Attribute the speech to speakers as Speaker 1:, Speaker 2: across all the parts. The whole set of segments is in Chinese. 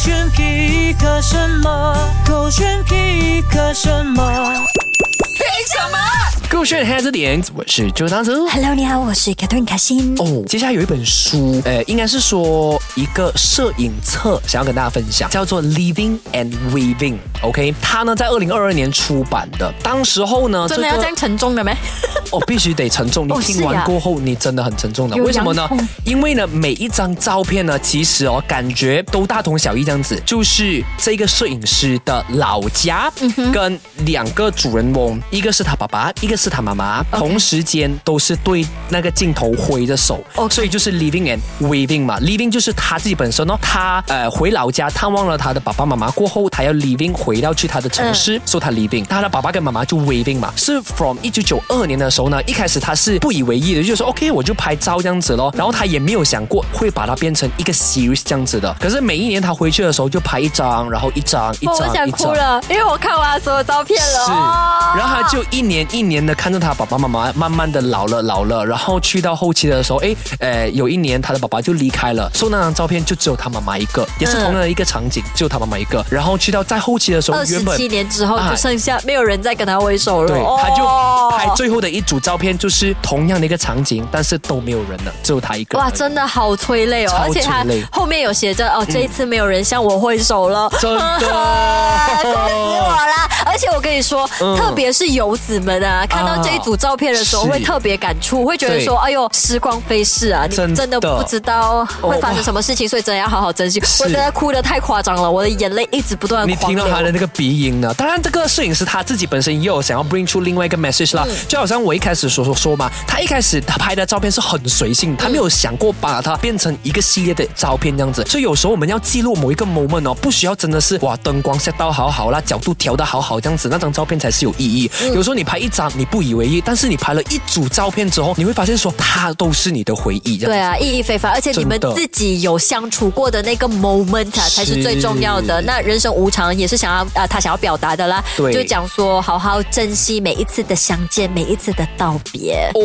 Speaker 1: 选皮克什么？狗选皮克什么？
Speaker 2: 酷炫 Has 点，我是周当周。
Speaker 3: Hello，你好，我是 Catherine 卡欣。
Speaker 2: 哦，接下来有一本书，呃，应该是说一个摄影册，想要跟大家分享，叫做《Living and Weaving》。OK，它呢在二零二二年出版的，当时候呢，
Speaker 3: 真的要这样沉重的咩？
Speaker 2: 我、必须得沉重。你
Speaker 3: 哦
Speaker 2: 听
Speaker 3: 是
Speaker 2: 完
Speaker 3: 啊
Speaker 2: 过后，你真的很沉重的。
Speaker 3: 有
Speaker 2: 为什么呢
Speaker 3: 洋葱？
Speaker 2: 因为呢，每一张照片呢，其实哦，感觉都大同小异，这样子，就是这个摄影师的老家
Speaker 3: 嗯
Speaker 2: 跟两个主人翁，一个是他爸爸，一个是他妈妈，同时间都是对那个镜头挥着手，
Speaker 3: OK
Speaker 2: 所以就是 living and waving 嘛，living 就是他自己本身哦，他呃回老家探望了他的爸爸妈妈过后，他要 living 回到去他的城
Speaker 3: 嗯
Speaker 2: 市，说他 living，他的爸爸跟妈妈就 waving 嘛，是 from 一九九二年的时候呢，一开始他是不以为意的，就说 OK 我就拍照这样子咯，然后他也没有想过会把它变成一个 series 这样子的，可是每一年他回去的时候就拍一张，然后一张一
Speaker 3: 哦我
Speaker 2: 张
Speaker 3: 想
Speaker 2: 一
Speaker 3: 哭
Speaker 2: 张。
Speaker 3: 了，因为我看完所有照片了。哦
Speaker 2: 是，然后他就一年一年的看着他爸爸妈妈慢慢的老了老了，然后去到后期的时候，哎，呃，有一年他的爸爸就离开了，所以那张照片就只有他妈妈一个，
Speaker 3: 嗯
Speaker 2: 也是同样的一个场景，只有他妈妈一个。然后去到在后期的时候
Speaker 3: 二，十
Speaker 2: 原本
Speaker 3: 七年之后，
Speaker 2: 啊
Speaker 3: 就剩下没有人再跟他挥手了。
Speaker 2: 对，
Speaker 3: 哦
Speaker 2: 他就拍最后的一组照片，就是同样的一个场景，但是都没有人了，只有他一个人而
Speaker 3: 哇，
Speaker 2: 已。
Speaker 3: 真的好催泪哦！
Speaker 2: 超
Speaker 3: 而且他
Speaker 2: 催泪嗯
Speaker 3: 后面有写着哦，这一次没有人向我挥手了，
Speaker 2: 真
Speaker 3: 啊哭死我
Speaker 2: 的。
Speaker 3: 啦！而且我跟你说，
Speaker 2: 嗯
Speaker 3: 特别是游子们啊，看到这一组照片的时候，
Speaker 2: 是
Speaker 3: 会特别感触，会觉得说，哎呦，时光飞逝啊，你
Speaker 2: 真的
Speaker 3: 真的不知道会发生什么事情，所以真的要好好珍惜。我真的哭的太夸张了，我的眼泪一直不断
Speaker 2: 你
Speaker 3: 呃地狂
Speaker 2: 听
Speaker 3: 流
Speaker 2: 到。他的那个鼻音呢？当然，这个摄影师他自己本身也有想要 bring 出另外一个 message
Speaker 3: 嗯
Speaker 2: 啦。就好像我一开始所说说嘛，他一开始他拍的照片是很随性，他没有想过把它变成一个系列的照片这样子。所以有时候我们要记录某一个 moment 哦，不需要真的是哇灯光 set 到好好啦，角度调的好好这样子，那张照片才是有意义。
Speaker 3: 嗯
Speaker 2: 有时候你拍一张你不以为意，但是你拍了一组照片之后，你会发现说它都是你的回忆这样子。
Speaker 3: 对啊，意义非凡，而且你们
Speaker 2: 真的
Speaker 3: 自己有相处过的那个 moment 啊，
Speaker 2: 是
Speaker 3: 才是最重要的。那人生无常也是想要啊、呃他想要表达的啦，
Speaker 2: 对
Speaker 3: 就讲说好好珍惜每一次的相见，每一次的道别，
Speaker 2: 哦，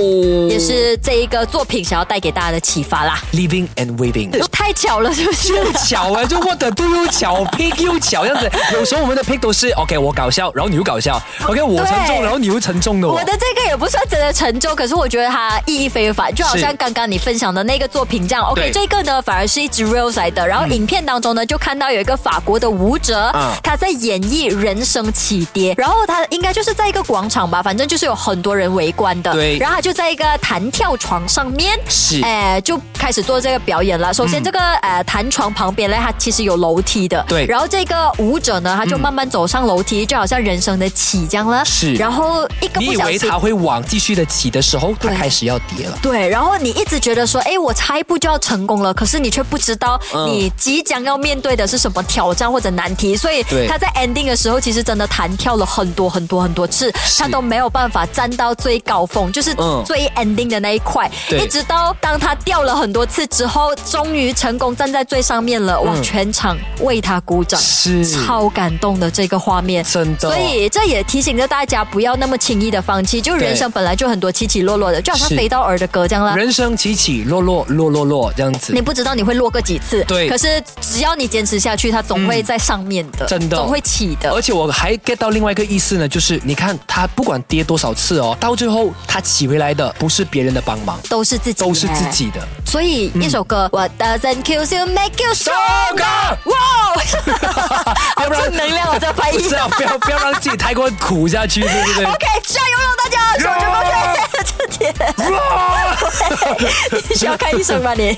Speaker 3: 也是这一个作品想要带给大家的启发啦。
Speaker 2: living and waving。
Speaker 3: 太巧了，是不是？
Speaker 2: 又巧哎、就 what the do 又巧，pick 又巧这样子。有时候我们的 pick 都是 OK，我搞笑，然后你又搞笑；OK，我沉重，然后你又沉重的、哦。
Speaker 3: 我的这个也不算真的成就，可是我觉得它意义非凡，就好像
Speaker 2: 是
Speaker 3: 刚刚你分享的那个作品这样。OK，
Speaker 2: 对
Speaker 3: 这个呢反而是一支 reels 来的，然后影片当中呢就看到有一个法国的舞者
Speaker 2: 嗯，
Speaker 3: 他在演绎人生起跌，然后他应该就是在一个广场吧，反正就是有很多人围观的，
Speaker 2: 对
Speaker 3: 然后他就在一个弹跳床上面，
Speaker 2: 是嗯
Speaker 3: 哎，就开始做这个表演了。首先，这个、呃弹床旁边呢，它其实有楼梯的。
Speaker 2: 对嗯
Speaker 3: 然后这个舞者呢，他就慢慢走上楼梯，就好像人生的起这样了。
Speaker 2: 是
Speaker 3: 然后一个
Speaker 2: 你
Speaker 3: 不
Speaker 2: 以
Speaker 3: 小
Speaker 2: 为
Speaker 3: 心
Speaker 2: 他。会往继续的起的时候，他
Speaker 3: 对
Speaker 2: 开始要跌了。
Speaker 3: 对，然后你一直觉得说，哎，我差一步就要成功了，可是你却不知道
Speaker 2: 嗯
Speaker 3: 你即将要面对的是什么挑战或者难题，所以
Speaker 2: 对
Speaker 3: 他在 ending 的时候，其实真的弹跳了很多很多很多次，
Speaker 2: 是
Speaker 3: 他都没有办法站到最高峰，就是
Speaker 2: 嗯
Speaker 3: 最 ending 的那一块，
Speaker 2: 对
Speaker 3: 一直到当他掉了很多次之后，终于成功站在最上面了，哇，
Speaker 2: 嗯
Speaker 3: 全场为他鼓掌，
Speaker 2: 是
Speaker 3: 超感动的这个画面，
Speaker 2: 嗯真的哦
Speaker 3: 所以这也提醒着大家不要那么轻易的放弃，就人
Speaker 2: 对
Speaker 3: 生本来就很多起起落落的，就好像
Speaker 2: 是
Speaker 3: 飞刀儿的歌这样啦。
Speaker 2: 人生起起落落落落落这样子
Speaker 3: 啊你。不知道你会落个几次，
Speaker 2: 对嗯
Speaker 3: 可是只要你坚持下去，它总会在上面的，
Speaker 2: 真的
Speaker 3: 总会起的。
Speaker 2: 而且我还 get 到另外一个意思呢，就是你看他不管跌多少次哦，到最后他起回来的不是别人的帮忙，
Speaker 3: 都是自己，
Speaker 2: 都是自。己嗯的。
Speaker 3: 所以一首歌、w h a t doesn't kill you make you stronger。哇哦， 好正能量，我这翻译
Speaker 2: 不。是啊，不要不要让自己太过苦下去，对 不对？
Speaker 3: OK，加油了，大家！手哎就 过去，这点。你需要看医生吗？你？